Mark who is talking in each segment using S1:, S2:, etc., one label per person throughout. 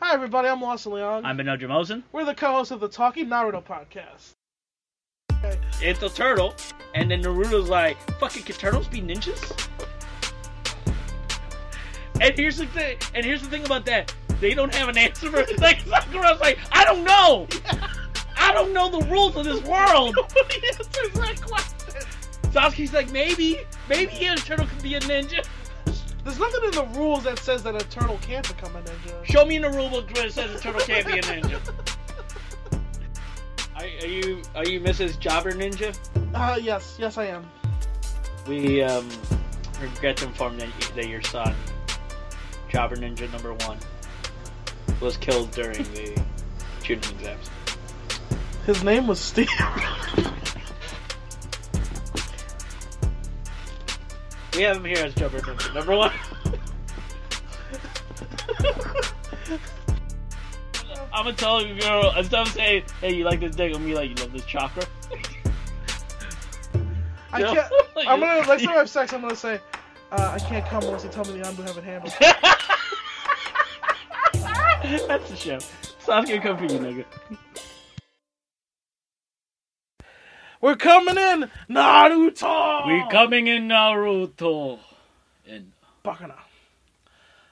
S1: Hi, everybody. I'm Lawson Leon.
S2: I'm Beno Jamosin.
S1: We're the co-hosts of the Talking Naruto podcast. Okay.
S2: It's a turtle, and then Naruto's like, "Fucking can turtles be ninjas?" And here's the thing. And here's the thing about that. They don't have an answer for it. Like Sakura's like, "I don't know. I don't know the rules of this world."
S1: Nobody answers that question.
S2: Sasuke's like, "Maybe, maybe yeah, a turtle could be a ninja."
S1: There's nothing in the rules that says that a turtle can't become a ninja.
S2: Show me in the rulebook where it says a turtle can't be a ninja. Are, are you are you Mrs. Jobber Ninja?
S1: Uh, yes, yes, I am.
S2: We um, regret to inform that, y- that your son, Jobber Ninja number one, was killed during the shooting exams.
S1: His name was Steve.
S2: We have him here as Jobber Ninja number one. I'm gonna tell a girl instead of saying, "Hey, you like this dick?" I'm gonna be like, "You love this chakra."
S1: I
S2: No.
S1: can't. I'm gonna next time I have sex, I'm gonna say, uh, I can't come unless you tell me the Anbu haven't handled.
S2: That's the show. Sasuke come for you, nigga.
S1: We're coming in, Naruto.
S2: We coming in Naruto. And
S1: Bakana.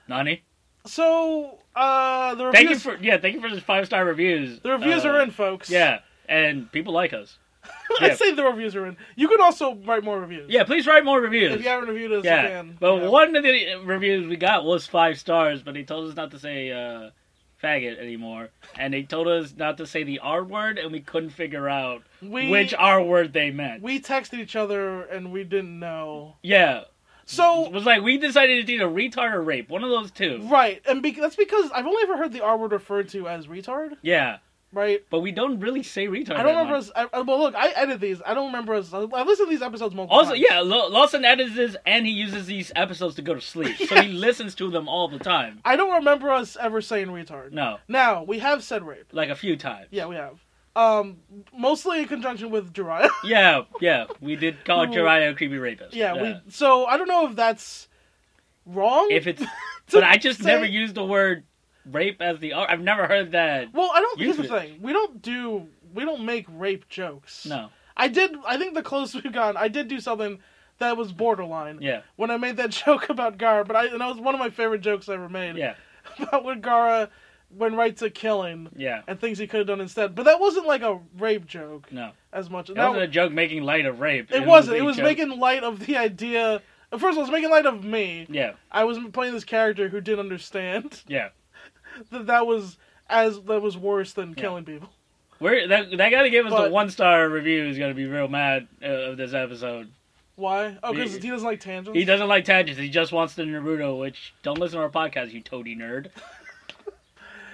S2: Nani?
S1: So, uh, the
S2: Thank you
S1: reviews.
S2: for yeah, thank you for the five star reviews.
S1: the reviews
S2: Uh,
S1: are in, folks.
S2: Yeah, and people like us.
S1: I
S2: yeah.
S1: say the reviews are in. You can also write more reviews.
S2: Yeah, please write more
S1: If
S2: reviews.
S1: you haven't reviewed us, you
S2: yeah,
S1: can.
S2: but
S1: Yeah.
S2: one of the reviews we got was five stars, but he told us not to say uh, faggot anymore, and they told us not to say the R word, and we couldn't figure out
S1: we,
S2: which R word they meant.
S1: we texted each other and we didn't know.
S2: yeah, it
S1: So
S2: was like we decided it's either retard or rape, one of those two.
S1: right, and be- that's because I've only ever heard the R word referred to as retard.
S2: Yeah,
S1: Right.
S2: but we don't really say
S1: I
S2: retard. that
S1: don't remember.
S2: much.
S1: Us, I, I- well, look, I edit these. I don't remember. Us, I, I listen to these episodes multiple
S2: Also,
S1: times.
S2: yeah, Law- Lawson edits this and he uses these episodes to go to sleep. So he listens to them all the time.
S1: I don't remember us ever saying retard.
S2: No,
S1: Now we have said rape.
S2: like a few times.
S1: Yeah, we have. Um, mostly in conjunction with Jiraiya.
S2: Yeah, yeah, we did call
S1: Ooh.
S2: Jiraiya a creepy rapist.
S1: yeah, we. So I don't know if that's wrong.
S2: If it's,
S1: to
S2: but I just
S1: say-
S2: never used the word rape as the. oh, I've never heard that.
S1: Well, I don't. Here's the
S2: Use it.
S1: thing: we don't do, we don't make rape jokes.
S2: No,
S1: I did. I think the closest we've gone, I did do something that was borderline
S2: yeah,
S1: when I made that joke about Gara. But I, and that was one of my favorite jokes I ever made
S2: yeah,
S1: about when Gara went right to killing
S2: yeah.
S1: and things he could have done instead. But that wasn't like a rape joke
S2: No,
S1: as much.
S2: it
S1: That-
S2: wasn't a joke making light of rape.
S1: it wasn't. It
S2: a
S1: was
S2: joke-
S1: making light of the idea. First of all, it was making light of me.
S2: Yeah,
S1: I was playing this character who didn't understand
S2: yeah.
S1: that that was as that was worse than
S2: Yeah.
S1: killing people.
S2: We're, that that guy to give us the
S1: But-
S2: one star review is gonna be real mad uh, of this episode.
S1: Why? Oh, because
S2: Yeah.
S1: he doesn't like tangents.
S2: He doesn't like tangents. He just wants the Naruto. Which don't listen to our podcast, you toady nerd.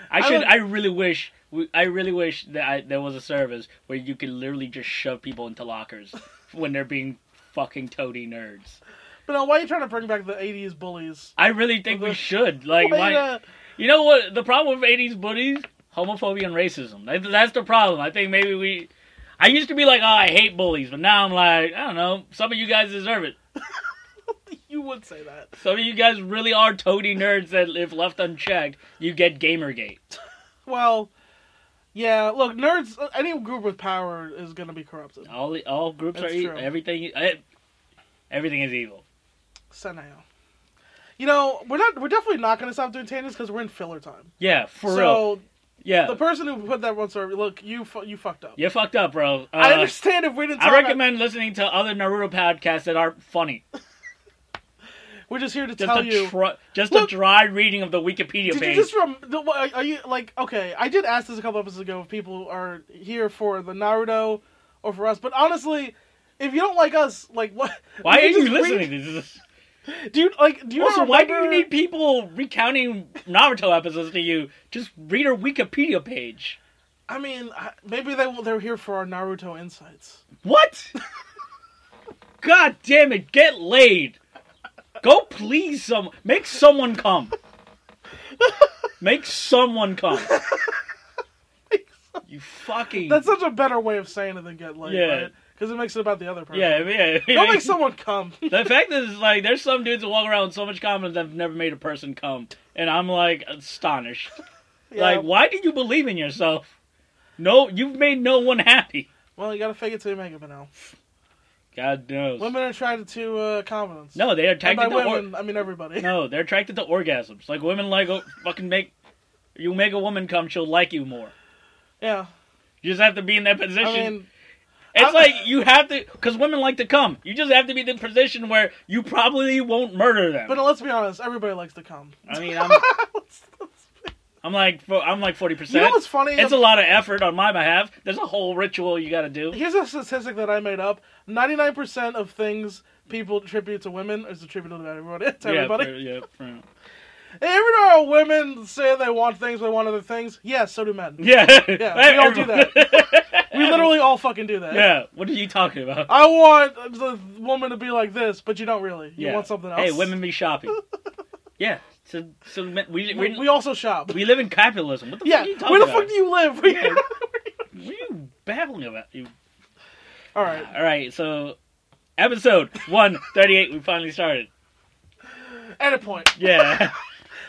S2: I
S1: I
S2: should.
S1: would-
S2: I, really wish. we- I really wish that I, there was a service where you could literally just shove people into lockers when they're being fucking toady nerds.
S1: But now, why are you trying to bring back the '80s bullies?
S2: I really think we should. Like,
S1: Why,
S2: why,
S1: uh,
S2: you know what? The problem with '80s bullies, homophobia and racism. That, that's the problem. I think maybe we. I used to be like, oh, I hate bullies, but now I'm like, I don't know. Some of you guys deserve it.
S1: you would say that.
S2: Some of you guys really are toady nerds that if left unchecked, you get Gamergate.
S1: Well, yeah. Look, nerds. uh, Any group with power is gonna be corrupted.
S2: All all groups
S1: That's
S2: are e
S1: true.
S2: everything. eh, Everything is evil.
S1: Senao. You know, we're not. We're definitely not gonna stop doing tangents because we're in filler time.
S2: Yeah, for real.
S1: so
S2: Yeah,
S1: the person who put that one story, look, you fu- you fucked up.
S2: you fucked up, bro. Uh,
S1: I understand if we didn't.
S2: I
S1: talk about-
S2: recommend listening to other Naruto podcasts that aren't funny.
S1: We're just here to
S2: Just
S1: tell
S2: a
S1: you.
S2: tr- just
S1: Look-
S2: a dry reading of the Wikipedia
S1: Did you
S2: page.
S1: just from the, what- are you like okay? I did ask this a couple episodes ago if people are here for the Naruto or for us, but honestly, if you don't like us, like what?
S2: Why are
S1: can
S2: you
S1: just read-
S2: listening to this?
S1: Do you like? Do you
S2: Also,
S1: not
S2: why do you
S1: remember-
S2: need people recounting Naruto episodes to you? Just read our Wikipedia page.
S1: I mean, I- maybe they will- they're here for our Naruto insights.
S2: What? God damn it, get laid. Go please some make someone come. Make someone come. You fucking
S1: That's such a better way of saying it than get laid,
S2: Yeah.
S1: Because it makes it about the other person.
S2: Yeah, yeah.
S1: Don't make someone come.
S2: the fact is like there's some dudes that walk around with so much confidence I've never made a person come. And I'm like astonished.
S1: Yeah.
S2: Like, why did you believe in yourself? No, you've made no one happy.
S1: Well, you gotta fake it till you make it, now.
S2: God knows.
S1: Women are attracted to uh, confidence.
S2: no, they are
S1: and by
S2: attracted to or-
S1: women, I mean everybody.
S2: no, they're attracted to orgasms. Like women like oh, fucking make you make a woman come, she'll like you more.
S1: Yeah,
S2: You just have to be in that position.
S1: I mean,
S2: it's
S1: I'm-
S2: like you have to, because women like to come. You just have to be in the position where you probably won't murder them.
S1: but let's be honest, everybody likes to come.
S2: I mean, I'm, I'm like, fo- I'm like forty
S1: you
S2: percent.
S1: know what's funny?
S2: it's a lot of effort on my behalf. There's a whole ritual you got to do.
S1: Here's a statistic that I made up: ninety-nine percent of things people attribute to women is attributed to everyone. To everybody.
S2: Yeah, for- yeah, for-
S1: Every now and then women say they want things, they want other things. Yes, so do men.
S2: yeah.
S1: Yeah, we all do
S2: that.
S1: We literally all fucking do that.
S2: Yeah. What are you talking about?
S1: I want the woman to be like this, but you don't really. You
S2: yeah.
S1: want something else.
S2: Hey, women be shopping. yeah. So, so men- we
S1: We,
S2: we,
S1: we also shop.
S2: we live in capitalism. What the
S1: yeah.
S2: fuck are you talking
S1: Where the
S2: about?
S1: fuck do you live? We-
S2: Yeah. What are you babbling about? You
S1: all right.
S2: All right, so episode 138, we finally started.
S1: At a point.
S2: Yeah.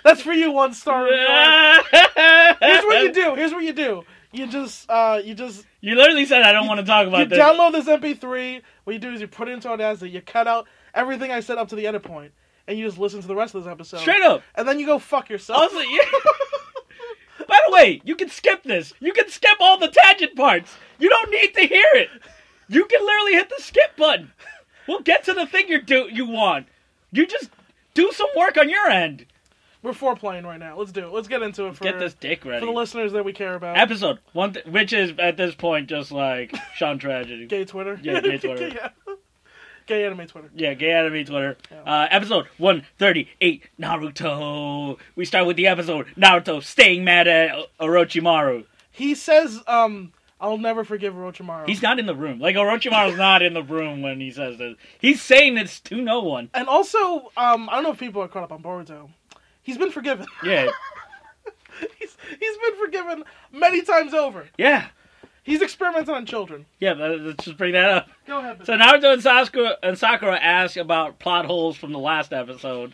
S1: That's for you, one star. Here's
S2: Here's
S1: what you do. Here's what you do. You just, uh, you just,
S2: You literally said, I don't want to talk
S1: you
S2: about this.
S1: download this MP3. What you do is you put it into Audacity. You cut out everything I said up to the edit point, and you just listen to the rest of this episode.
S2: Straight up.
S1: And then you go fuck yourself.
S2: Also, yeah. By the way, you can skip this. You can skip all the tangent parts. You don't need to hear it. You can literally hit the skip button. We'll get to the thing you do you want. You just do some work on your end.
S1: We're foreplaying right now. Let's do it. Let's get into it for,
S2: Get this dick
S1: for
S2: ready.
S1: the listeners that we care about.
S2: Episode one, th- which is at this point just like Sean tragedy.
S1: gay Twitter.
S2: Yeah, gay Twitter.
S1: yeah. Gay anime Twitter.
S2: Yeah, gay anime Twitter.
S1: Yeah.
S2: Uh, episode 138, Naruto. We start with the episode Naruto staying mad at O- Orochimaru.
S1: He says, um, I'll never forgive Orochimaru.
S2: He's not in the room. Like, Orochimaru's not in the room when he says this. He's saying this to no one.
S1: and also, um, I don't know if people are caught up on Boruto. He's been forgiven.
S2: Yeah.
S1: he's, he's been forgiven many times over.
S2: Yeah.
S1: He's experimenting on children.
S2: Yeah, but let's just bring that up.
S1: Go ahead.
S2: So Naruto and Sasuke and Sakura ask about plot holes from the last episode.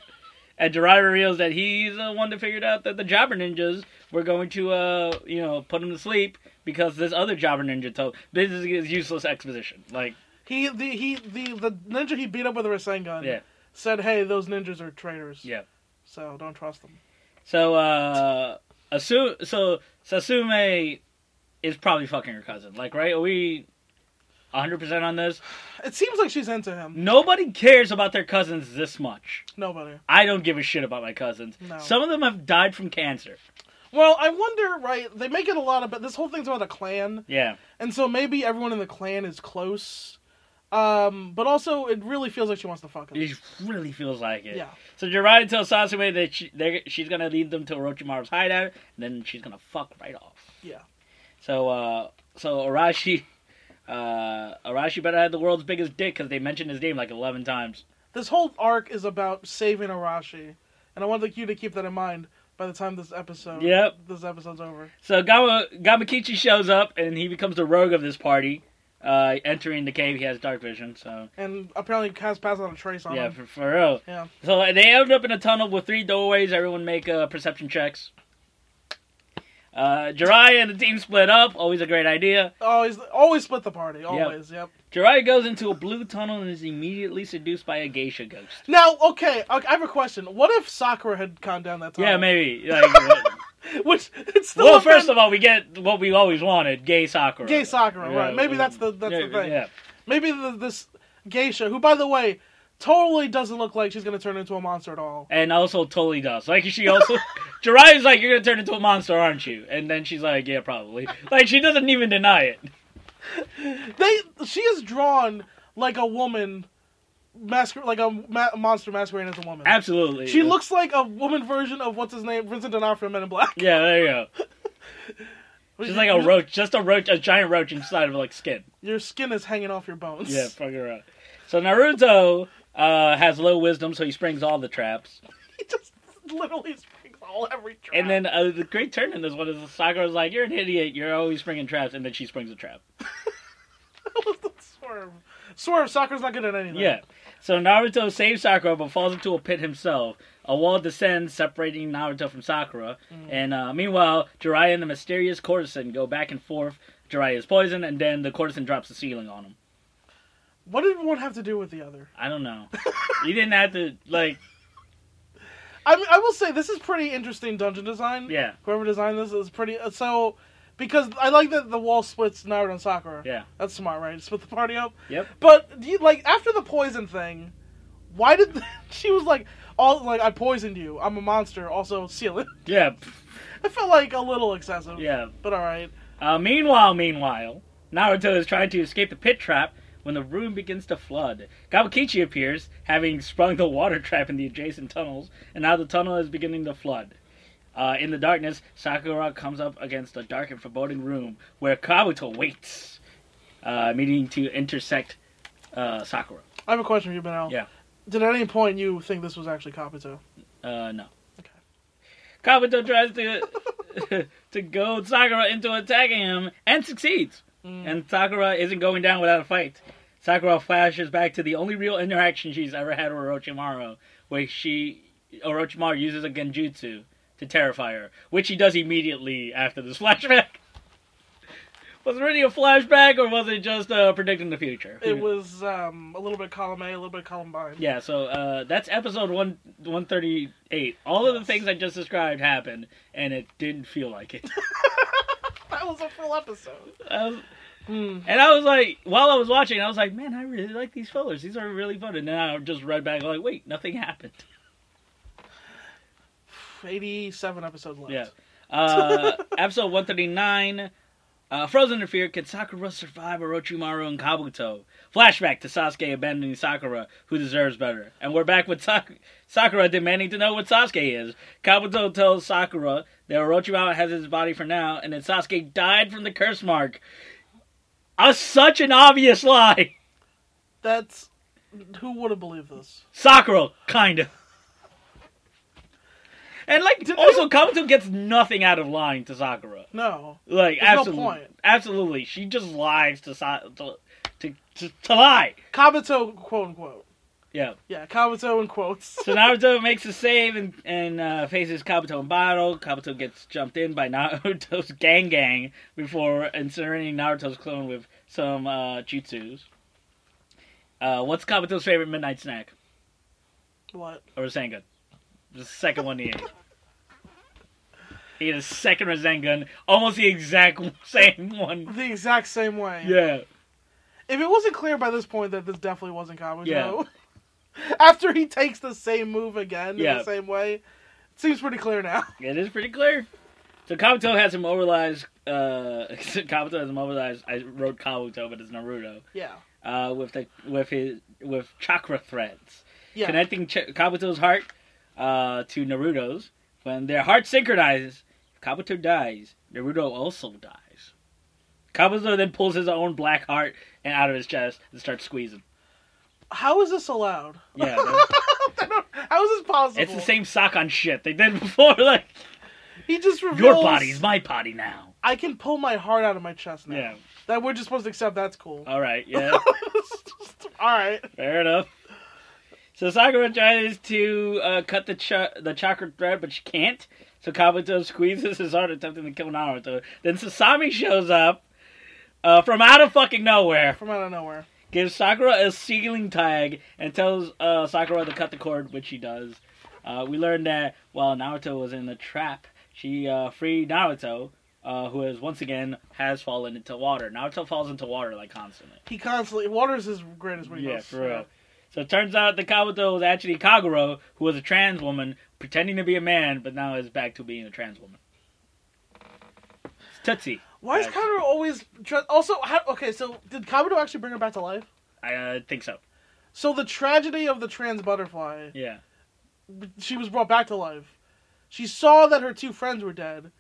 S2: And Jiraiya reveals that he's the one that figured out that the Jobber Ninjas were going to, uh, you know, put him to sleep because this other Jobber Ninja told. This is is useless exposition. Like,
S1: he the he the the ninja he beat up with a Rasengan
S2: Yeah.
S1: said, "Hey, those ninjas are traitors.
S2: Yeah.
S1: So don't trust them."
S2: so, uh, assume, so Sasume is probably fucking her cousin. Like, right? Are we 100% on this?
S1: It seems like she's into him.
S2: Nobody cares about their cousins this much.
S1: Nobody.
S2: I don't give a shit about my cousins.
S1: No.
S2: Some of them have died from cancer.
S1: Well, I wonder, right? They make it a lot about this whole thing's about a clan,
S2: Yeah.
S1: and so maybe everyone in the clan is close. Um, but also, it really feels like she wants to fuck him.
S2: It really feels like it.
S1: Yeah.
S2: So Jiraiya tells Sasuke that she, they're, she's gonna lead them to Orochimaru's hideout, and then she's gonna fuck right off.
S1: Yeah.
S2: So, uh, so Arashi, uh, Arashi better have the world's biggest dick because they mentioned his name like eleven times.
S1: This whole arc is about saving Arashi, and I want you to keep that in mind by the time this episode.
S2: Yep.
S1: This episode's over.
S2: So Gama, Gamakichi shows up, and he becomes the rogue of this party. Uh, entering the cave, he has dark vision. So
S1: And apparently, has passed out a trace on
S2: yeah,
S1: him.
S2: for, for real.
S1: Yeah.
S2: So they end up in a tunnel with three doorways. Everyone make uh, perception checks. Uh, Jiraiya and the team split up. Always a great idea.
S1: Always, always split the party. Always. Yep.
S2: Jiraiya goes into a blue tunnel and is immediately seduced by a geisha ghost.
S1: Now, okay, I I have a question. What if Sakura had gone down that tunnel?
S2: Yeah, maybe. Like, uh,
S1: Which it's still
S2: well,
S1: a
S2: first
S1: bit-
S2: of all, we get what we always wanted: gay Sakura.
S1: gay Sakura, right?
S2: Yeah,
S1: Maybe
S2: uh,
S1: that's the that's
S2: yeah,
S1: the thing.
S2: Yeah,
S1: Maybe the, this geisha, who by the way, totally doesn't look like she's gonna turn into a monster at all.
S2: and also totally does. Like she also, Jiraiya's like, "You're gonna turn into a monster, aren't you?" And then she's like, "Yeah, probably." Like she doesn't even deny it.
S1: They she is drawn like a woman, masquer like a ma- monster masquerading as a woman.
S2: Absolutely.
S1: She looks like a woman version of what's his name, Vincent D'Onofrio, in Men in Black.
S2: Yeah, there you go. She's like a
S1: Your-
S2: roach, just a roach, a giant roach inside of like skin.
S1: Your skin is hanging off your bones.
S2: Yeah, fuck her up. So Naruto uh, has low wisdom, so he springs all the traps.
S1: he just literally springs all every trap.
S2: And then uh, the great turn in this one is Sakura's like, "You're an idiot. You're always springing traps," and then she springs a trap.
S1: Swerve. Swerve, Sakura's not good at anything.
S2: Yeah. So Naruto saves Sakura but falls into a pit himself. a wall descends separating Naruto from Sakura.
S1: Mm.
S2: And uh, meanwhile, Jiraiya and the mysterious courtesan go back and forth. Jiraiya is poisoned, and then the courtesan drops the ceiling on him.
S1: What did one have to do with the other?
S2: I don't know. you didn't have to like,
S1: I mean, I will say this is pretty interesting dungeon design.
S2: yeah,
S1: Whoever designed this is pretty. uh, So, because I like that the wall splits Naruto and Sakura.
S2: yeah.
S1: That's smart, right? Split the party up.
S2: Yep.
S1: But do you, like after the poison thing, why did she was like all like I poisoned you? I'm a monster. Also seal it.
S2: Yeah,
S1: I felt like a little excessive.
S2: yeah.
S1: But all right.
S2: Uh, meanwhile, meanwhile, Naruto is trying to escape the pit trap when the room begins to flood. Kabukichi appears, having sprung the water trap in the adjacent tunnels, and now the tunnel is beginning to flood. Uh, in the darkness, Sakura comes up against a dark and foreboding room where Kabuto waits, uh, meaning to intersect uh, Sakura.
S1: I have a question for you, Benel.
S2: Yeah.
S1: Did at any point you think this was actually Kabuto?
S2: Uh, no.
S1: Okay.
S2: Kabuto tries to to goad Sakura into attacking him and succeeds.
S1: Mm.
S2: And Sakura isn't going down without a fight. Sakura flashes back to the only real interaction she's ever had with Orochimaru, where she Orochimaru uses a genjutsu to terrify her, which he does immediately after this flashback. Was it really a flashback, or was it just uh, predicting the future?
S1: it was um, a little bit column A, a little bit Columbine.
S2: Yeah, so uh, that's episode one one thirty eight. All of the
S1: Yes.
S2: things I just described happened, and it didn't feel like it.
S1: That was a full episode.
S2: I was-
S1: Hmm.
S2: and I was like, while I was watching, I was like, man, I really like these fillers. These are really fun. And then I just read back like, wait, nothing happened.
S1: 87 episodes left.
S2: Yeah. Uh, episode one thirty nine. Uh, frozen in fear, can Sakura survive Orochimaru and Kabuto? Flashback to Sasuke abandoning Sakura, who deserves better. And we're back with Sak- Sakura demanding to know what Sasuke is. Kabuto tells Sakura that Orochimaru has his body for now, and that Sasuke died from the curse mark. Uh, such an obvious lie!
S1: That's. Who would have believed this?
S2: Sakura, kinda. And like,
S1: Did
S2: also Kabuto gets nothing out of lying to Sakura.
S1: No.
S2: Like
S1: There's no
S2: absolutely,
S1: point.
S2: absolutely, she just lies to si- to to, to, to lie.
S1: Kabuto, quote unquote.
S2: Yeah.
S1: Yeah, Kabuto in quotes.
S2: So Naruto makes a save and and uh, faces Kabuto and Baro. Kabuto gets jumped in by Naruto's gang gang before incinerating Naruto's clone with some uh, jutsus. Uh, what's Kabuto's favorite midnight snack
S1: what?
S2: or Rasengan? The second one he ate. He ate a second Rasengan, almost the exact same one.
S1: The exact same way.
S2: Yeah.
S1: If it wasn't clear by this point that this definitely wasn't Kabuto,
S2: Yeah.
S1: after he takes the same move again in
S2: Yeah.
S1: the same way, it seems pretty clear now.
S2: It is pretty clear. So Kabuto has him overlies. Uh, Kabuto has him overlies. I wrote Kabuto, but it's Naruto.
S1: Yeah.
S2: Uh, with the with his with chakra threads
S1: Yeah.
S2: connecting Ch- Kabuto's heart uh, to Naruto's. When their heart synchronizes, if Kabuto dies. Naruto also dies. Kabuto then pulls his own black heart and out of his chest and starts squeezing.
S1: How is this allowed?
S2: Yeah, that's-
S1: I don't- How is this possible?
S2: it's the same sock on shit they did before. Like
S1: He just reveals
S2: your body's my body now.
S1: I can pull my heart out of my chest now.
S2: Yeah. Uh.
S1: That we're just supposed to accept that's cool.
S2: All right. Yeah.
S1: All right.
S2: Fair enough. So Sakura tries to uh, cut the cha- the chakra thread, but she can't. So Kabuto squeezes his heart, attempting to kill Naruto. Then Sasami shows up uh, from out of fucking nowhere,
S1: From out of nowhere.
S2: gives Sakura a sealing tag, and tells uh, Sakura to cut the cord, which she does. Uh, we learn that while Naruto was in the trap, she uh, freed Naruto, uh, who has once again has fallen into water. Naruto falls into water like constantly.
S1: He constantly waters his greatest
S2: Yeah,
S1: weakness.
S2: for real. So it turns out the Kabuto was actually Kaguro, who was a trans woman pretending to be a man, but now is back to being a trans woman. It's Tootsie.
S1: Why is
S2: Yeah.
S1: Kabuto always tra- also? How, okay, so did Kabuto actually bring her back to life?
S2: I uh, think so.
S1: So the tragedy of the trans butterfly,
S2: Yeah.
S1: she was brought back to life. She saw that her two friends were dead,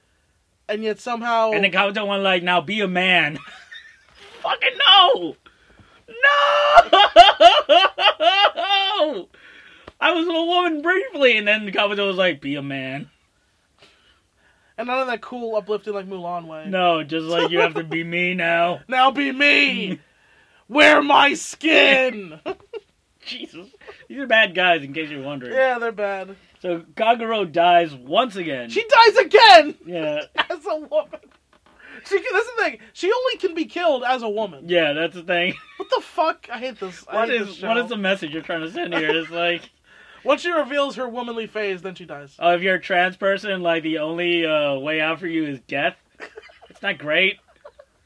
S1: and yet somehow
S2: And then Kabuto went like, "Now be a man." Fucking no, no. I was a woman briefly, and then Kabuto was like, "Be a man."
S1: and none of that cool, uplifting like Mulan way.
S2: No, just like you have to be me now.
S1: Now be me. Wear my skin.
S2: Jesus, these are bad guys, in case you're wondering.
S1: yeah, they're bad.
S2: So Kaguro dies once again.
S1: She dies again
S2: yeah,
S1: as a woman. She can, that's the thing. She only can be killed as a woman.
S2: yeah, that's the thing.
S1: What the fuck? I hate this. I
S2: What
S1: hate this
S2: is
S1: show.
S2: what is the message you're trying to send here? It's like,
S1: Once she reveals her womanly phase, then she dies.
S2: oh, if you're a trans person, like the only uh, way out for you is death. It's not great.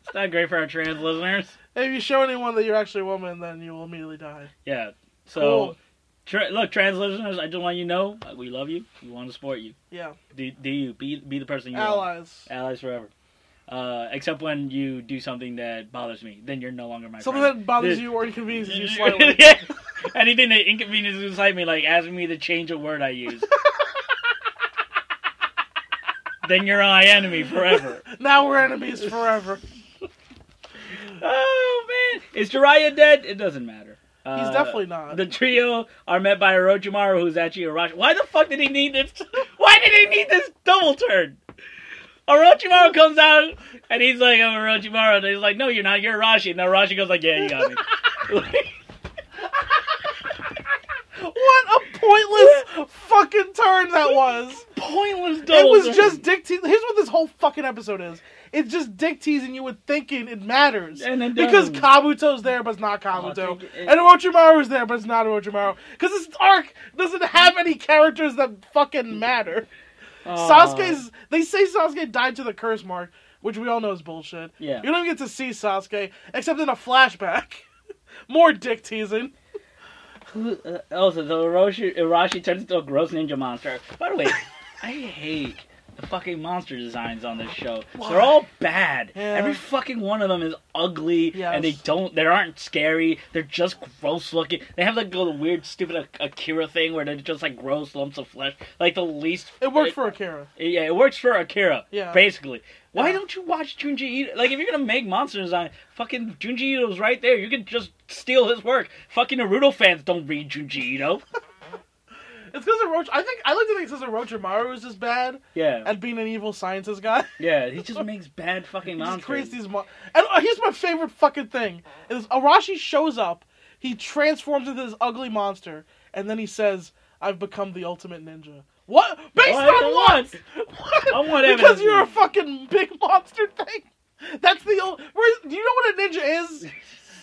S2: It's not great for our trans listeners.
S1: If you show anyone that you're actually a woman, then you will immediately die.
S2: Yeah. So
S1: Cool.
S2: tra- look, trans listeners, I just want you to know uh, we love you. We want to support you.
S1: Yeah.
S2: Do, do you be be the person you are.
S1: Allies.
S2: allies forever. Uh, except when you do something that bothers me, then you're no longer my
S1: Something
S2: friend.
S1: that bothers
S2: This-
S1: you or inconveniences you slightly.
S2: Yeah. Anything that inconveniences you slightly, like asking me to change a word I use. then you're my enemy forever.
S1: Now we're enemies forever.
S2: oh man, is Jiraiya dead? It doesn't matter. Uh,
S1: He's definitely not.
S2: The trio are met by Orochimaru, who's actually Orochi. Why the fuck did he need this? Why did he need this double turn? Orochimaru comes out and he's like, "I'm Orochimaru," and he's like, "No, you're not. You're Orochi." And Orochi goes like, "Yeah, you got me."
S1: What a pointless fucking turn that was.
S2: Pointless
S1: It
S2: double.
S1: was
S2: turn.
S1: just dick teasing. Here's what this whole fucking episode is. It's just dick teasing you with thinking it matters.
S2: And it
S1: because
S2: doesn't.
S1: Kabuto's there, but it's not
S2: Oh,
S1: Kabuto.
S2: thank you.
S1: and Orochimaru's there, but it's not Orochimaru. Because this arc doesn't have any characters that fucking matter.
S2: Uh,
S1: Sasuke's. They say Sasuke died to the curse mark, which we all know is bullshit.
S2: Yeah.
S1: You don't even get to see Sasuke, except in a flashback. More dick teasing.
S2: Who- uh, Also, the Orochi, Orochi turns into a gross ninja monster. By the way, I hate the fucking monster designs on this show.
S1: Why?
S2: They're all bad.
S1: Yeah.
S2: Every fucking one of them is ugly, and they
S1: Yes.
S2: don't. They aren't scary. They're just gross looking. They have like the weird, stupid Ak- Akira thing where they're just like gross lumps of flesh. Like the least.
S1: It worked for Akira.
S2: Yeah, it works for Akira.
S1: Yeah.
S2: Basically. Why
S1: Yeah.
S2: don't you watch Junji Ito? Like, if you're gonna make monster design, fucking Junji Ito's right there. You can just steal his work. Fucking Naruto fans don't read Junji Ito.
S1: It's because Orochi. I think I like to think it's because Orochimaru is just bad
S2: Yeah.
S1: at being an evil scientist guy.
S2: Yeah, he just makes bad fucking
S1: He just
S2: monsters.
S1: creates these mon- And uh, here's my favorite fucking thing: is Arashi shows up, he transforms into this ugly monster, and then he says, "I've become the ultimate ninja." What? Based
S2: Well, I
S1: on
S2: don't
S1: what?
S2: I want evidence.
S1: because you're a fucking big monster thing. That's the old. Where, do you know what a ninja is?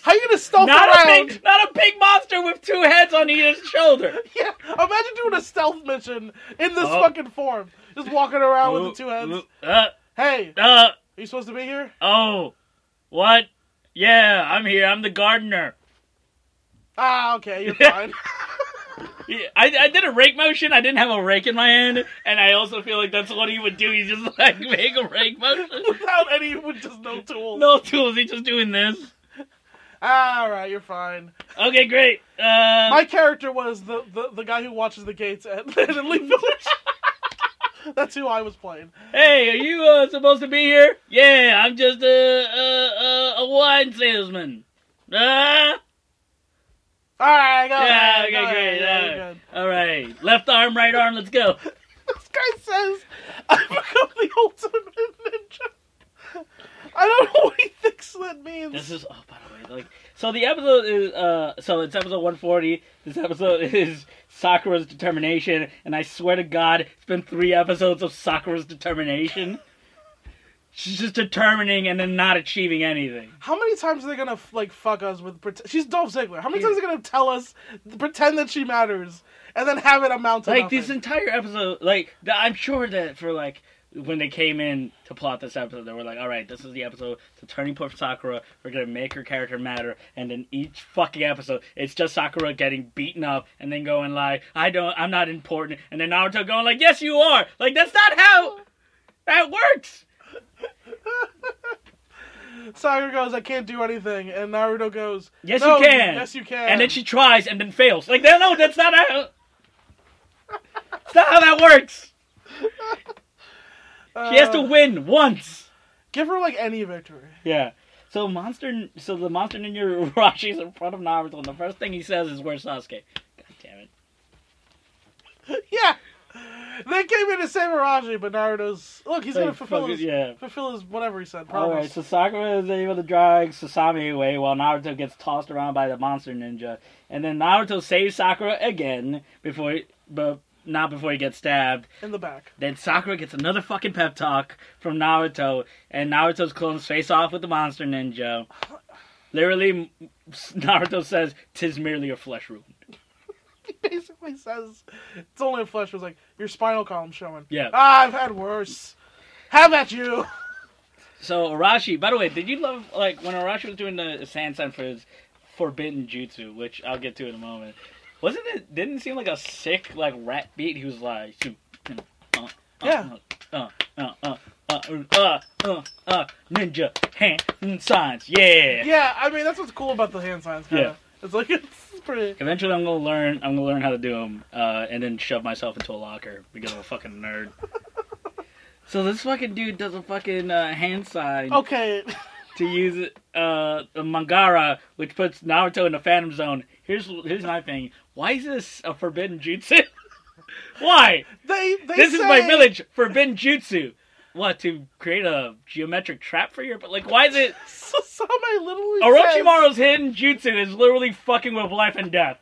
S1: How you gonna stealth
S2: Not a
S1: around?
S2: big, not a big monster with two heads on either shoulder.
S1: Yeah, imagine doing a stealth mission in this
S2: Oh.
S1: fucking form, just walking around with the two
S2: Ooh,
S1: heads.
S2: ooh, Uh,
S1: Hey, are
S2: uh,
S1: you supposed to be here?
S2: oh, what? Yeah, I'm here. I'm the gardener.
S1: Ah, okay, you're fine.
S2: Yeah, I, I did a rake motion. I didn't have a rake in my hand, and I also feel like that's what he would do. He's just like make a rake motion.
S1: Without any, with just no tools.
S2: No tools. He's just doing this.
S1: Ah, All right, you're fine.
S2: Okay, great. Uh,
S1: My character was the, the, the guy who watches the gates at at Elite Village. That's who I was playing.
S2: hey, are you uh, supposed to be here? Yeah, I'm just a a, a, a wine salesman. Uh,
S1: All right, go
S2: yeah,
S1: ahead,
S2: okay,
S1: go ahead,
S2: great.
S1: yeah,
S2: all
S1: you're
S2: right.
S1: good.
S2: all right, left arm, right arm. Let's go.
S1: This guy says, "I've become the ultimate ninja." I don't know what he thinks that means.
S2: This is oh, by the way, like so the episode is uh so it's episode 140. This episode is Sakura's determination, and I swear to God, it's been three episodes of Sakura's determination. She's just determining and then not achieving anything.
S1: How many times are they gonna like fuck us with? Pret- She's Dolph Ziggler. How many times are they gonna tell us pretend that she matters and then have it amount to
S2: Like
S1: nothing?
S2: this entire episode, like th- I'm sure that for like when they came in to plot this episode, they were like, "All right, this is the episode. It's a turning point for Sakura. We're gonna make her character matter." And then each fucking episode, it's just Sakura getting beaten up and then going like, "I don't, I'm not important," and then Naruto going like, "Yes, you are." Like that's not how that works.
S1: Sakura goes, "I can't do anything," and Naruto goes,
S2: Yes,
S1: "No,
S2: you can.
S1: Yes, you can."
S2: And then she tries and then fails. Like no, no, that's not how. It's not how that works. She has to
S1: Uh,
S2: win once.
S1: give her like any victory.
S2: Yeah. So monster, so the monster ninja Urashi's in front of Naruto, and the first thing he says is, "Where's Sasuke?" God damn it!
S1: yeah, they came in to save Arashi, but Naruto's look. He's gonna
S2: Like,
S1: fulfill
S2: fuck it,
S1: his
S2: yeah.
S1: fulfill his whatever he said.
S2: All right.
S1: Promise.
S2: So Sakura is able to drag Sasami away while Naruto gets tossed around by the monster ninja, and then Naruto saves Sakura again before, but not before he gets stabbed.
S1: in the back.
S2: Then Sakura gets another fucking pep talk from Naruto, and Naruto's clones face off with the monster ninja. Literally, Naruto says, "Tis merely a flesh wound."
S1: He basically says it's only a flesh. Was like your spinal column showing.
S2: Yeah.
S1: Ah, I've had worse. Have at you.
S2: So Arashi, by the way, did you love like when Arashi was doing the Sansan for his forbidden jutsu, which I'll get to in a moment? Wasn't it? Didn't it seem like a sick like rat beat. He was like, shoot, you know, uh,
S1: Yeah.
S2: uh, uh, uh, uh, uh, uh, uh, uh, ninja hand mm, signs, yeah.
S1: Yeah, I mean that's what's cool about the hand signs. Kinda.
S2: Yeah.
S1: It's like it's pretty.
S2: Eventually, I'm gonna learn. I'm gonna learn how to do them, uh, and then shove myself into a locker because I'm a fucking nerd. so this fucking dude does a fucking uh, hand
S1: Oh,
S2: sign.
S1: Okay.
S2: to use uh the Mangara, which puts Naruto in the Phantom Zone. Here's here's my thing. Why is this a forbidden jutsu? Why?
S1: They they
S2: this
S1: say,
S2: is my village forbidden jutsu. What to create a geometric trap for your? But like, why is it?
S1: So, somebody literally says-
S2: Orochimaru's hidden jutsu is literally fucking with life and death.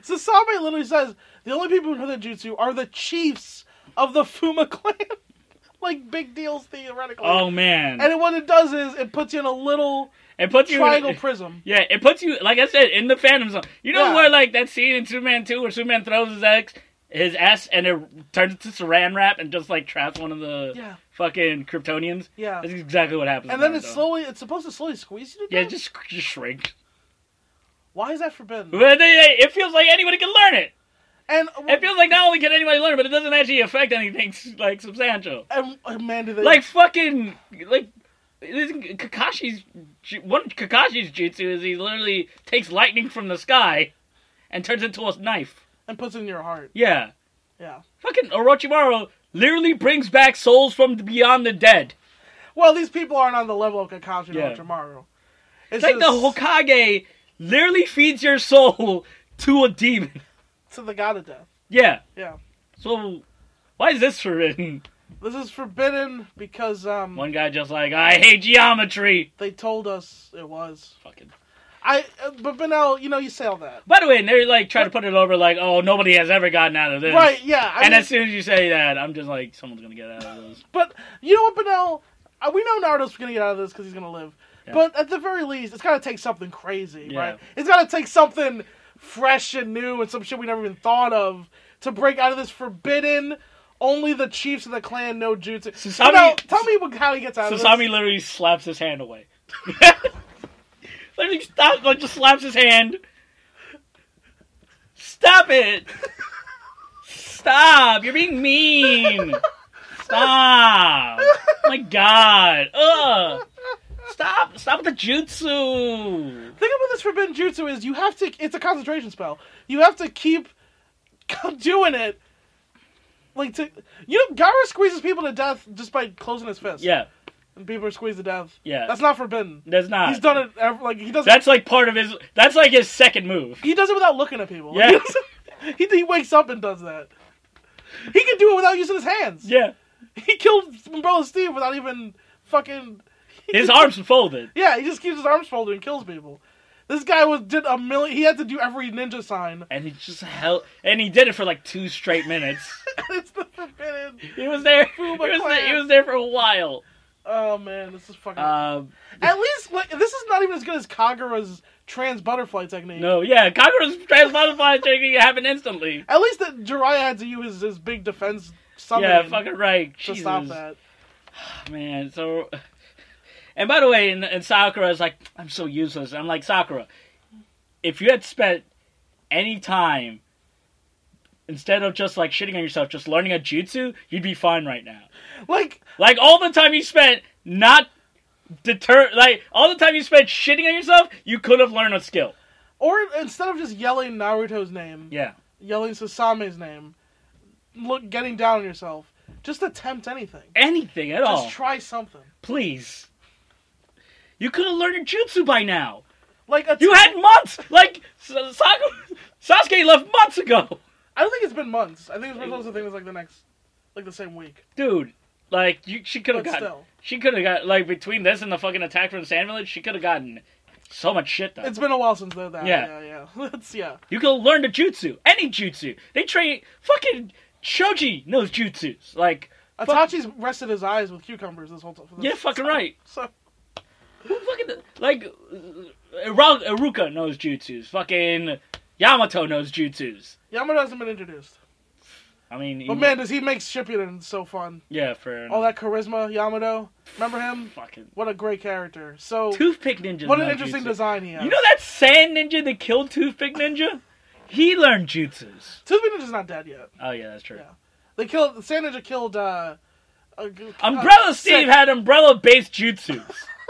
S1: Sasame literally says the only people who know the jutsu are the chiefs of the Fuma clan. like big deals theoretically.
S2: Oh man!
S1: And what it does is it puts you in a little
S2: it puts you in,
S1: triangle
S2: a-
S1: prism.
S2: Yeah, it puts you, like I said, in the Phantom Zone. You know
S1: Yeah.
S2: where, like, that scene in Superman 2 where Superman throws his ex, his S, and it turns into saran wrap and just, like, traps one of the
S1: Yeah,
S2: fucking Kryptonians?
S1: yeah.
S2: That's exactly what happens.
S1: And
S2: in
S1: then it's
S2: Naruto.
S1: slowly it's supposed to slowly squeeze you to
S2: Yeah,
S1: death.
S2: it just, just shrink.
S1: Why is that forbidden?
S2: But they- It feels like anybody can learn it.
S1: And
S2: It feels like not only can anybody learn it, but it doesn't actually affect anything, like, substantial.
S1: and, and man, do they
S2: Like, fucking, like, isn't Kakashi's ju- one of Kakashi's jutsu is he literally takes lightning from the sky and turns it into a knife.
S1: and puts it in your heart.
S2: Yeah.
S1: Yeah.
S2: Fucking Orochimaru literally brings back souls from beyond the dead.
S1: Well, these people aren't on the level of Kakashi and
S2: Yeah.
S1: Orochimaru.
S2: It's like the
S1: just
S2: Hokage literally feeds your soul to a demon.
S1: to the god of death.
S2: Yeah.
S1: Yeah.
S2: So why is this forbidden?
S1: This is forbidden because um
S2: One guy just like, I hate geometry.
S1: they told us it was.
S2: Fucking.
S1: I uh, but Benel, you know you say all that.
S2: By the way, and they're like trying to put it over like, oh, nobody has ever gotten out of this.
S1: Right, yeah. I
S2: and
S1: mean,
S2: as soon as you say that, I'm just like, someone's gonna get out of this.
S1: but you know what, Benel? Uh, We know Naruto's gonna get out of this because he's gonna live.
S2: Yeah.
S1: But at the very least, it's gotta take something crazy,
S2: Yeah.
S1: right? It's gotta take something fresh and new and some shit we never even thought of to break out of this forbidden. Only the chiefs of the clan know jutsu.
S2: Susami-
S1: Benel, tell me what, how he gets out
S2: So
S1: of
S2: Sami
S1: this.
S2: literally slaps his hand away. literally stop like just slaps his hand. Stop it. Stop. You're being mean. Stop. my god. Ugh. Stop. Stop with the jutsu.
S1: Think about this forbidden jutsu is you have to. It's a concentration spell. You have to keep doing it. Like to, you know, Gara squeezes people to death just by closing his fist.
S2: Yeah.
S1: and people are squeezed to death.
S2: Yeah.
S1: That's not forbidden.
S2: That's not.
S1: He's done it ev like he does.
S2: That's like part of his that's like his second move.
S1: he does it without looking at people.
S2: Yeah.
S1: He doesn't- he, he wakes up and does that. He can do it without using his hands.
S2: Yeah.
S1: He killed Umbrella Steve without even fucking.
S2: His arms folded.
S1: Yeah, he just keeps his arms folded and kills people. This guy was did a million. He had to do every ninja sign.
S2: And he just held and he did it for like two straight minutes.
S1: it's the forbidden.
S2: He was there. He
S1: Fuma
S2: was there,
S1: clan.
S2: he was there for a while.
S1: Oh man, this is fucking.
S2: Um,
S1: At least like this is not even as good as Kagura's trans butterfly technique.
S2: no, yeah, Kagura's transmodified technique happened instantly.
S1: At least that Jiraiya had to use his, his big defense summon
S2: yeah, fucking right.
S1: to
S2: Jesus,
S1: stop that.
S2: man. So, and by the way, and, and Sakura is like, I'm so useless. I'm like Sakura. If you had spent any time instead of just like shitting on yourself, just learning a jutsu, you'd be fine right now.
S1: Like
S2: Like all the time you spent not deter, like all the time you spent shitting on yourself, you could have learned a skill.
S1: Or instead of just yelling Naruto's name,
S2: Yeah.
S1: yelling Sasame's name, look, getting down on yourself, just attempt anything.
S2: Anything at all.
S1: Just try something.
S2: Please. You could have learned jutsu by now.
S1: Like attempt,
S2: You had months. Like S- Saku- Sasuke left months ago,
S1: I don't think it's been months. I think it's one of those things like the next, like the same week.
S2: dude. Like you, she could have
S1: But
S2: gotten.
S1: still,
S2: She could have got like between this and the fucking attack from the Sand Village. She could have gotten So much shit though.
S1: It's been a while since they're that.
S2: Yeah.
S1: Yeah, yeah. yeah. That's yeah.
S2: you can learn the jutsu, any jutsu. They train fucking Shoji knows jutsus. Like Fuck.
S1: Itachi's rested his eyes with cucumbers this whole time.
S2: yeah, fucking right.
S1: So
S2: Who fucking like uh, Ra- Iruka knows jutsus. Fucking Yamato knows jutsus.
S1: Yamato hasn't been introduced,
S2: I mean, he-
S1: but man, does he make Shippuden so fun?
S2: yeah, for
S1: All Oh, that charisma, Yamato. Remember him?
S2: fucking
S1: What a great character. So
S2: toothpick ninja.
S1: what an
S2: knows
S1: interesting
S2: jutsu.
S1: design he has.
S2: You know that sand ninja that killed toothpick ninja? He learned jutsus.
S1: Toothpick Ninja's not dead yet.
S2: Oh yeah, that's true.
S1: Yeah. They killed Sand Ninja killed uh, uh
S2: Umbrella
S1: Sick.
S2: Steve had umbrella based jutsus.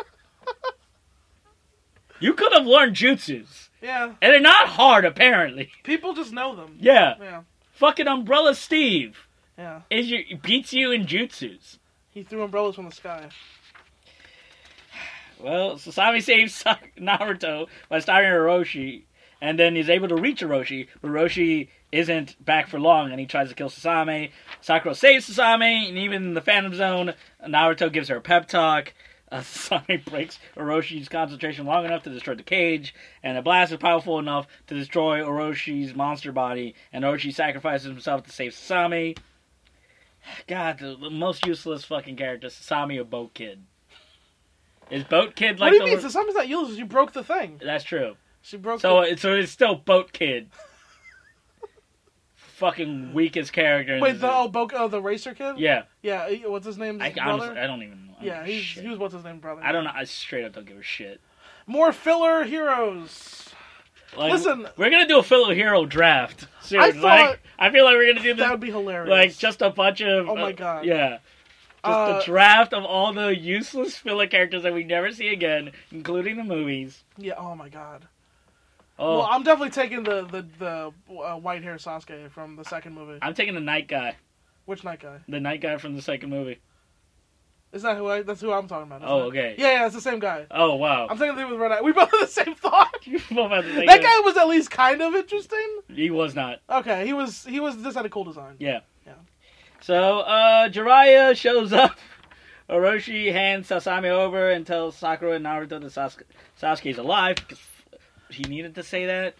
S2: you could have learned jutsus.
S1: Yeah,
S2: And they're not hard, apparently.
S1: people just know them.
S2: Yeah.
S1: yeah,
S2: Fucking Umbrella Steve
S1: yeah.
S2: is your, beats you in jutsus.
S1: He threw umbrellas from the sky.
S2: Well, Sasami saves Sa- Naruto by starting Orochi, and then he's able to reach Orochi, but Orochi isn't back for long, and he tries to kill Sasame. Sakura saves Sasame, and even in the Phantom Zone, Naruto gives her a pep talk. Uh, Sasame breaks Oroshi's concentration long enough to destroy the cage, and the blast is powerful enough to destroy Oroshi's monster body, and Orochi sacrifices himself to save Sasame. God, the, the most useless fucking character, Sasami or Boat Kid. Is Boat Kid like
S1: what do you mean?
S2: the
S1: So something's not yours. You broke the thing.
S2: that's true.
S1: She broke.
S2: So
S1: the...
S2: it- so it's still Boat Kid. Fucking weakest character. In
S1: wait, the
S2: this-
S1: oh, Bo- oh, the racer kid.
S2: uh, yeah.
S1: yeah. he- What's his name?
S2: I
S1: brother?
S2: honestly, I don't even. know.
S1: yeah, he's,
S2: Shit.
S1: he was what's his name brother.
S2: I don't know. I straight up don't give a shit.
S1: More filler heroes.
S2: Like,
S1: Listen-
S2: we're gonna do a fellow hero draft soon.
S1: I thought-
S2: like, I feel like we're gonna do
S1: That
S2: this.
S1: would be hilarious.
S2: Like just a bunch of.
S1: Oh my
S2: uh,
S1: God.
S2: yeah. Just
S1: Uh,
S2: a draft of all the useless filler characters that we never see again, including the movies.
S1: yeah. Oh my god.
S2: Oh,
S1: Well, I'm definitely taking the the the uh, white hair Sasuke from the second movie.
S2: I'm taking the night guy,
S1: Which night guy?
S2: the night guy from the second movie.
S1: Is that who? I, that's who I'm talking about. isn't
S2: Oh,
S1: it?
S2: okay.
S1: Yeah, yeah, it's the same guy.
S2: Oh wow.
S1: I'm thinking the thing with red eye. We both had the same thought.
S2: You both have the same
S1: That guy was at least kind of interesting.
S2: He was not.
S1: Okay, he was. He was. This had a cool design.
S2: Yeah.
S1: Yeah.
S2: So uh Jiraiya shows up. Orochi hands Sasami over and tells Sakura and Naruto that Sasuke, Sasuke's alive. 'cause He needed to say that.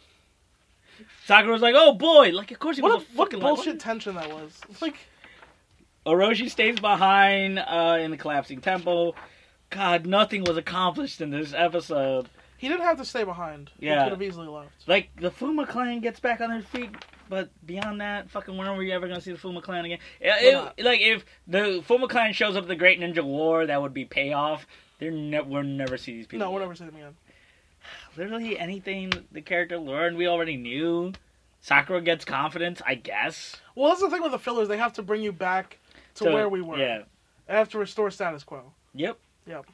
S2: Sakura's like, "Oh boy!" Like, of course he
S1: What
S2: was
S1: a
S2: a
S1: what
S2: fucking alive.
S1: bullshit tension that was. It's like
S2: Orochi stays behind uh, in the collapsing temple. God, nothing was accomplished in this episode.
S1: he didn't have to stay behind.
S2: Yeah.
S1: he could have easily left.
S2: Like the Fuma clan gets back on their feet, but beyond that, fucking when are we ever gonna see the Fuma clan again? It-
S1: We're not.
S2: it- like if the Fuma clan shows up at the Great Ninja War, that would be payoff. They're ne- we'll never see these people.
S1: No, we'll
S2: again.
S1: never see him again.
S2: Literally anything the character learned, we already knew. Sakura gets confidence, I guess.
S1: Well, that's the thing with the fillers. They have to bring you back to
S2: So,
S1: where we were.
S2: Yeah.
S1: They have to restore status quo.
S2: Yep.
S1: Yep.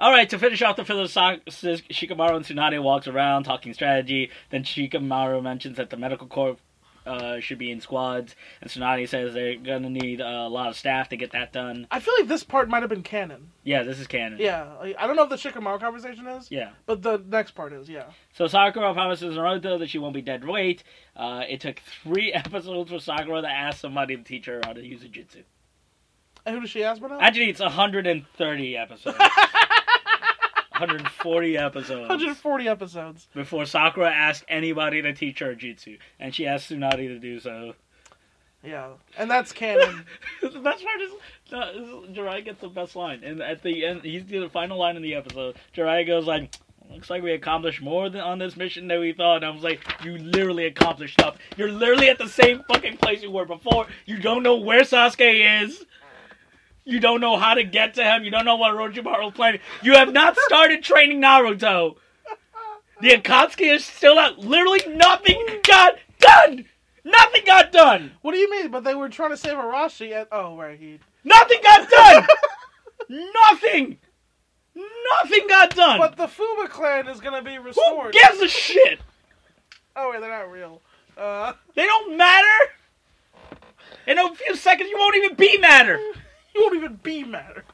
S2: All right, to finish off the filler, so- says Shikamaru and Tsunade walks around talking strategy. Then Shikamaru mentions that the medical corps uh, should be in squads, and Tsunade says they're gonna need uh, a lot of staff to get that done.
S1: I feel like this part might have been canon.
S2: Yeah, this is canon.
S1: Yeah, like, I don't know if the Shikamaru conversation is,
S2: Yeah.
S1: but the next part is. Yeah,
S2: So Sakura promises Naruto that she won't be dead weight. Uh, it took three episodes for Sakura to ask somebody to teach her how to use a jutsu.
S1: and who does she ask about? now?
S2: Actually, it's 130 episodes. 140 episodes.
S1: 140 episodes.
S2: before Sakura asked anybody to teach her jutsu, and she asked Tsunade to do so.
S1: Yeah, and that's canon.
S2: the best part is, no, uh, is Jiraiya gets the best line, and at the end, he's the final line in the episode. Jiraiya goes like, "Looks like we accomplished more than on this mission than we thought." And I was like, "You literally accomplished stuff. You're literally at the same fucking place you were before. You don't know where Sasuke is." You don't know how to get to him. You don't know what Orochimaru's planning. You have not started training Naruto. The Akatsuki is still out. Literally nothing got done. Nothing got done.
S1: what do you mean? But they were trying to save Arashi. At oh right, he.
S2: Nothing got done. Nothing. Nothing got done.
S1: But the Fuma clan is gonna be
S2: Who
S1: restored.
S2: gives a shit?
S1: Oh wait, they're not real. Uh,
S2: They don't matter. In a few seconds, you won't even be matter.
S1: you won't even be matter.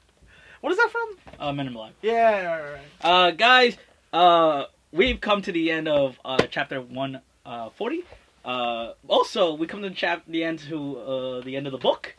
S1: What is that from?
S2: Uh, minimum life.
S1: Yeah, right, right, right.
S2: Uh, guys, uh, we've come to the end of uh, chapter one uh, forty. Uh, also, we come to the chap the end to uh, the end of the book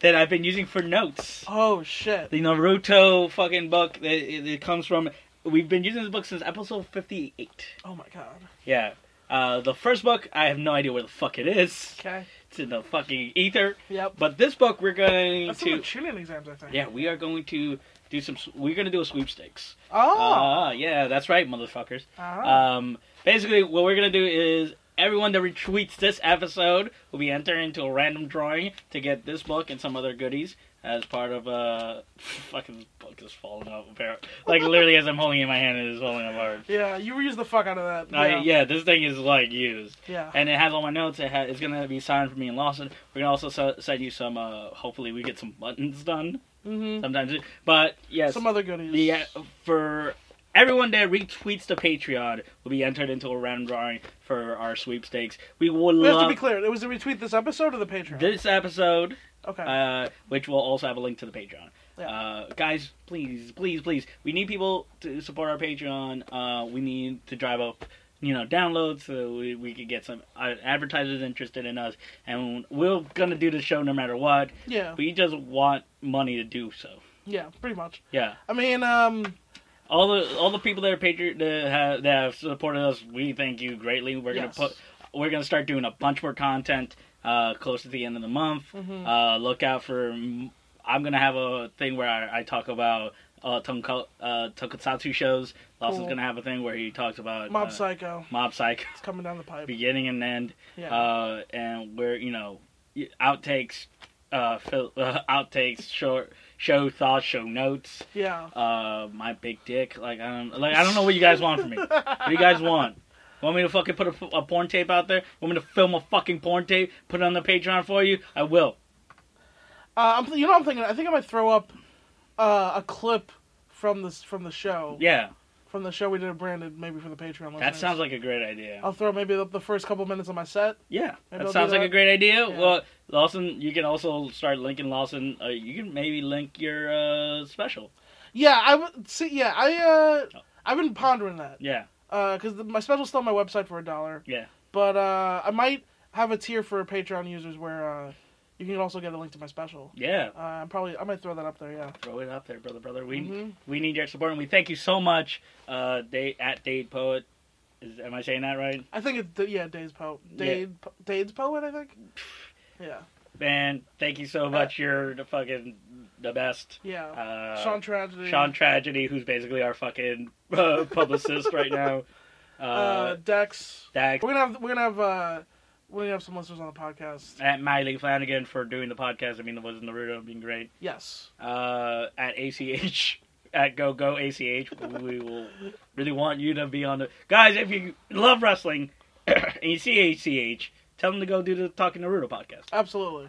S2: that I've been using for notes.
S1: Oh shit.
S2: The Naruto fucking book. It, it, it comes from We've been using this book since episode 58.
S1: Oh my god.
S2: Yeah. Uh, the first book, I have no idea where the fuck it is.
S1: Okay.
S2: It's in the fucking ether.
S1: Yep.
S2: But this book, we're going
S1: That's some
S2: to.
S1: tuning exams, I think.
S2: Yeah, we are going to do some. We're going to do a sweepstakes.
S1: Oh.
S2: Ah, yeah, that's right, motherfuckers.
S1: Ah.
S2: Um, basically, what we're gonna do is everyone that retweets this episode will be entered into a random drawing to get this book and some other goodies as part of uh, fucking this book is falling out. apparently. Like literally, as I'm holding it in my hand, it is falling apart.
S1: yeah, you used the fuck out of that.
S2: Yeah. I, yeah, this thing is like used,
S1: Yeah.
S2: and it has all my notes. It ha- it's gonna be signed for me and Lawson. We're gonna also se- send you some. Uh, hopefully, we get some buttons done
S1: hmm
S2: sometimes. But yes,
S1: Some other goodies.
S2: the uh, for everyone that retweets the Patreon will be entered into a random drawing for our sweepstakes. We would
S1: We have to
S2: love
S1: be clear. It was a retweet this episode or the Patreon.
S2: this episode,
S1: okay.
S2: uh, which will also have a link to the Patreon.
S1: Yeah.
S2: Uh, guys, please, please, please, we need people to support our Patreon. Uh, we need to drive up. You know, downloads so we, we could get some uh, advertisers interested in us, and we're gonna do the show no matter what.
S1: yeah.
S2: We just want money to do so.
S1: yeah. Pretty much.
S2: Yeah,
S1: I mean, um,
S2: all the all the people that are patron that have, that have supported us, we thank you greatly. We're
S1: Yes.
S2: gonna put we're gonna start doing a bunch more content uh, close to the end of the month.
S1: mhm.
S2: Uh, look out for I'm gonna have a thing where I, I talk about uh, tonko, uh, tokusatsu shows. Lawson's
S1: Cool.
S2: gonna have a thing where he talks about
S1: Mob
S2: uh,
S1: Psycho.
S2: Mob Psycho,
S1: It's coming down the pipe.
S2: beginning and end,
S1: Yeah.
S2: uh, and where you know outtakes, uh, fill, uh, outtakes, short show thoughts, show notes
S1: yeah.
S2: uh my big dick. Like I don't like I don't know what you guys want from me. What do you guys want? Want me to fucking put a, a porn tape out there? Want me to film a fucking porn tape? Put it on the Patreon for you? I will.
S1: Uh, I'm, th- you know what I'm thinking? I think I might throw up uh, a clip from this from the show.
S2: Yeah,
S1: From the show we did at Brandon, maybe for the Patreon.
S2: that sounds like a great idea.
S1: I'll throw maybe the, the first couple minutes of my set.
S2: Yeah,
S1: Maybe I'll
S2: that sounds
S1: do
S2: like a
S1: that.
S2: great idea.
S1: Yeah.
S2: Well, Lawson, you can also start linking Lawson. Uh, you can maybe link your uh special.
S1: Yeah, I would see. Yeah, I
S2: Oh.
S1: uh, I've been pondering that
S2: Yeah,
S1: because Uh, the my special's still on my website for a dollar.
S2: Yeah.
S1: But uh, I might have a tier for Patreon users where uh, you can also get a link to my special.
S2: yeah.
S1: Uh, I'm probably I might throw that up there. Yeah.
S2: Throw it out there, brother, brother. We
S1: Mhm.
S2: we need your support, and we thank you so much. Uh, Dade, at Dade Poet, Is, am I saying that right?
S1: I think it's D- yeah, Dade's poet. Dade po- Dade's poet. I think. Yeah.
S2: Man, thank you
S1: Uh,
S2: so much. You're the fucking the best.
S1: Yeah.
S2: Uh,
S1: Sean Tragedy.
S2: Sean Tragedy, who's basically our fucking uh, publicist right now. Uh,
S1: uh, Dex.
S2: Dax
S1: We're gonna have we're gonna have uh, we're gonna have some listeners on the podcast.
S2: at Miley Flanagan for doing the podcast. I mean, the was Naruto being great.
S1: Yes.
S2: Uh, at ACH. At Go Go ACH, we will really want you to be on the guys. If you love wrestling, and you see ACH, tell him to go do the Talking Naruto podcast.
S1: Absolutely.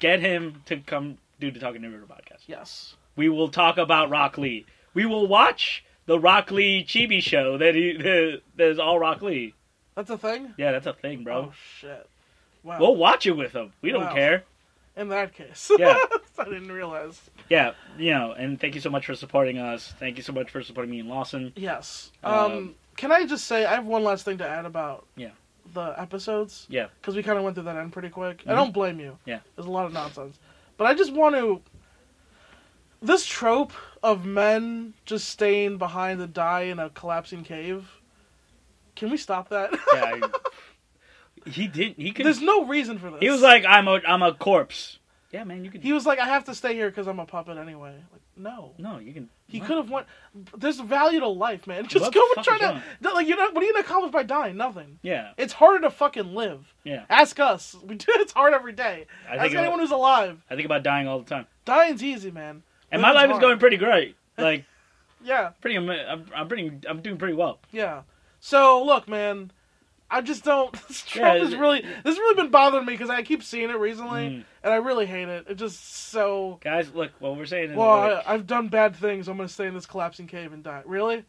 S2: Get him to come do the Talking Naruto podcast.
S1: Yes.
S2: We will talk about Rock Lee. We will watch the Rock Lee chibi show that he that- that is all Rock Lee.
S1: That's a thing.
S2: Yeah, that's a thing, bro.
S1: Oh shit. Wow.
S2: We'll watch it with him. We don't
S1: Wow.
S2: care.
S1: In that case.
S2: Yeah.
S1: I didn't realize.
S2: Yeah, you know, and thank you so much for supporting us. Thank you so much for supporting me and Lawson.
S1: Yes. Um,
S2: Um,
S1: can I just say I have one last thing to add about
S2: Yeah.
S1: the episodes?
S2: Yeah.
S1: Because we kind of went through that end pretty quick. I
S2: Mhm.
S1: don't blame you.
S2: Yeah.
S1: There's a lot of nonsense, but I just want to. This trope of men just staying behind to die in a collapsing cave. Can we stop that?
S2: Yeah, I- he did. He could.
S1: There's no reason for this.
S2: He was like, "I'm a, I'm a corpse." Yeah, man, you could.
S1: he was like, I have to stay here because I'm a puppet anyway. Like, no.
S2: no, you can.
S1: He
S2: what?
S1: could have went. There's value to life, man. Just
S2: What
S1: go
S2: the
S1: and
S2: fuck
S1: try
S2: is
S1: to. Like, you know, what are you gonna accomplish by dying? Nothing.
S2: Yeah,
S1: It's harder to fucking live.
S2: yeah.
S1: Ask us. We do. It's hard every day.
S2: I
S1: Ask
S2: think.
S1: anyone
S2: About,
S1: who's alive.
S2: I think about dying all the time,
S1: Dying's easy, man.
S2: and my
S1: Living's
S2: life is
S1: hard.
S2: going pretty great. Like,
S1: Yeah,
S2: pretty. ama- I'm, I'm pretty. I'm doing pretty well.
S1: yeah. So look, man. I just don't. This
S2: Yeah,
S1: Trump is
S2: it-
S1: really. This has really been bothering me because I keep seeing it recently,
S2: Mm.
S1: and I really hate it. It's just so.
S2: Guys, look, what we're saying is
S1: Well,
S2: like,
S1: I, I've done bad things. I'm gonna stay in this collapsing cave and die. Really?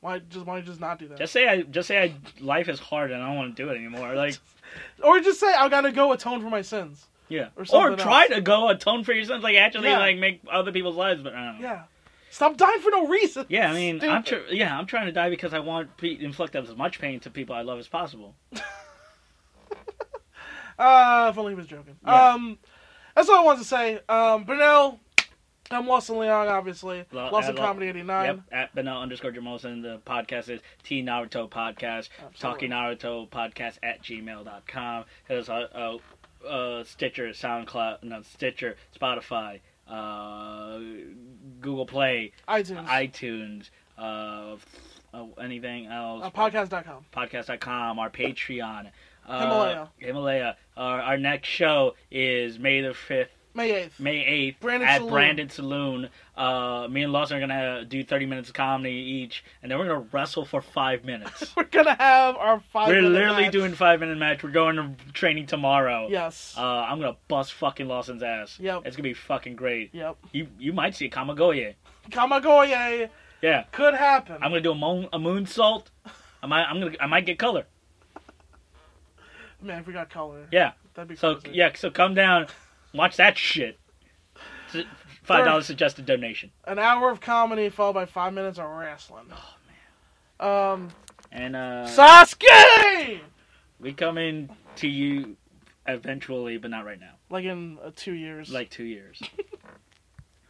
S1: Why just why just not do that?
S2: just say I just say I life is hard and I don't want to do it anymore. Like,
S1: Or just say I gotta go atone for my sins.
S2: yeah,
S1: Or
S2: or,
S1: something
S2: try
S1: else.
S2: to go atone for yourself. Like, actually,
S1: Yeah.
S2: like make other people's lives. But I don't know.
S1: Yeah. Stop dying for no reason.
S2: Oh. Yeah, I mean, I'm
S1: Stupid.
S2: tr- yeah, I'm trying to die because I want to inflict as much pain to people I love as possible.
S1: Uh, if only he was joking.
S2: Yeah.
S1: Um, that's all I wanted to say. Um, Brunel, I'm Lost in Leon, obviously.
S2: Lo-
S1: Lost
S2: uh,
S1: in
S2: lo-
S1: Comedy 89.
S2: Yep, at Benel underscore Jamelson. The podcast is T Naruto Podcast,
S1: Absolutely.
S2: Talking Naruto Podcast at gmail.com. Hit us on uh, uh, Stitcher, SoundCloud, no, Stitcher, Spotify, uh, Google Play,
S1: iTunes.
S2: iTunes, uh, uh, anything else.
S1: uh, podcast.com.
S2: podcast.com, our Patreon, uh,
S1: Himalaya.
S2: Himalaya. Our, our next show is May the 5th,
S1: May 8th.
S2: May 8th
S1: Brandon
S2: at
S1: Saloon.
S2: Brandon Saloon. Uh, me and Lawson are going to do 30 minutes of comedy each, and then we're going to wrestle for five minutes.
S1: We're going to have our five
S2: we're
S1: minute
S2: literally
S1: match.
S2: doing five minute match. We're going to training tomorrow.
S1: Yes.
S2: Uh, I'm going to bust fucking Lawson's ass.
S1: Yep.
S2: It's going to be fucking great.
S1: yep.
S2: You you might see a Kamagoye.
S1: Kamagoye
S2: Yeah.
S1: could happen.
S2: I'm going to do a, moon, a moonsault. I might, I'm gonna, I might get color.
S1: Man, if we got color.
S2: Yeah.
S1: That'd be
S2: So
S1: crazy.
S2: yeah, so come down, watch that shit. S- Five dollars suggested donation,
S1: An hour of comedy followed by five minutes of wrestling. Oh, man. Um,
S2: and uh,
S1: Sasuke!
S2: we coming to you eventually, but not right now.
S1: Like in uh, two years.
S2: Like two years.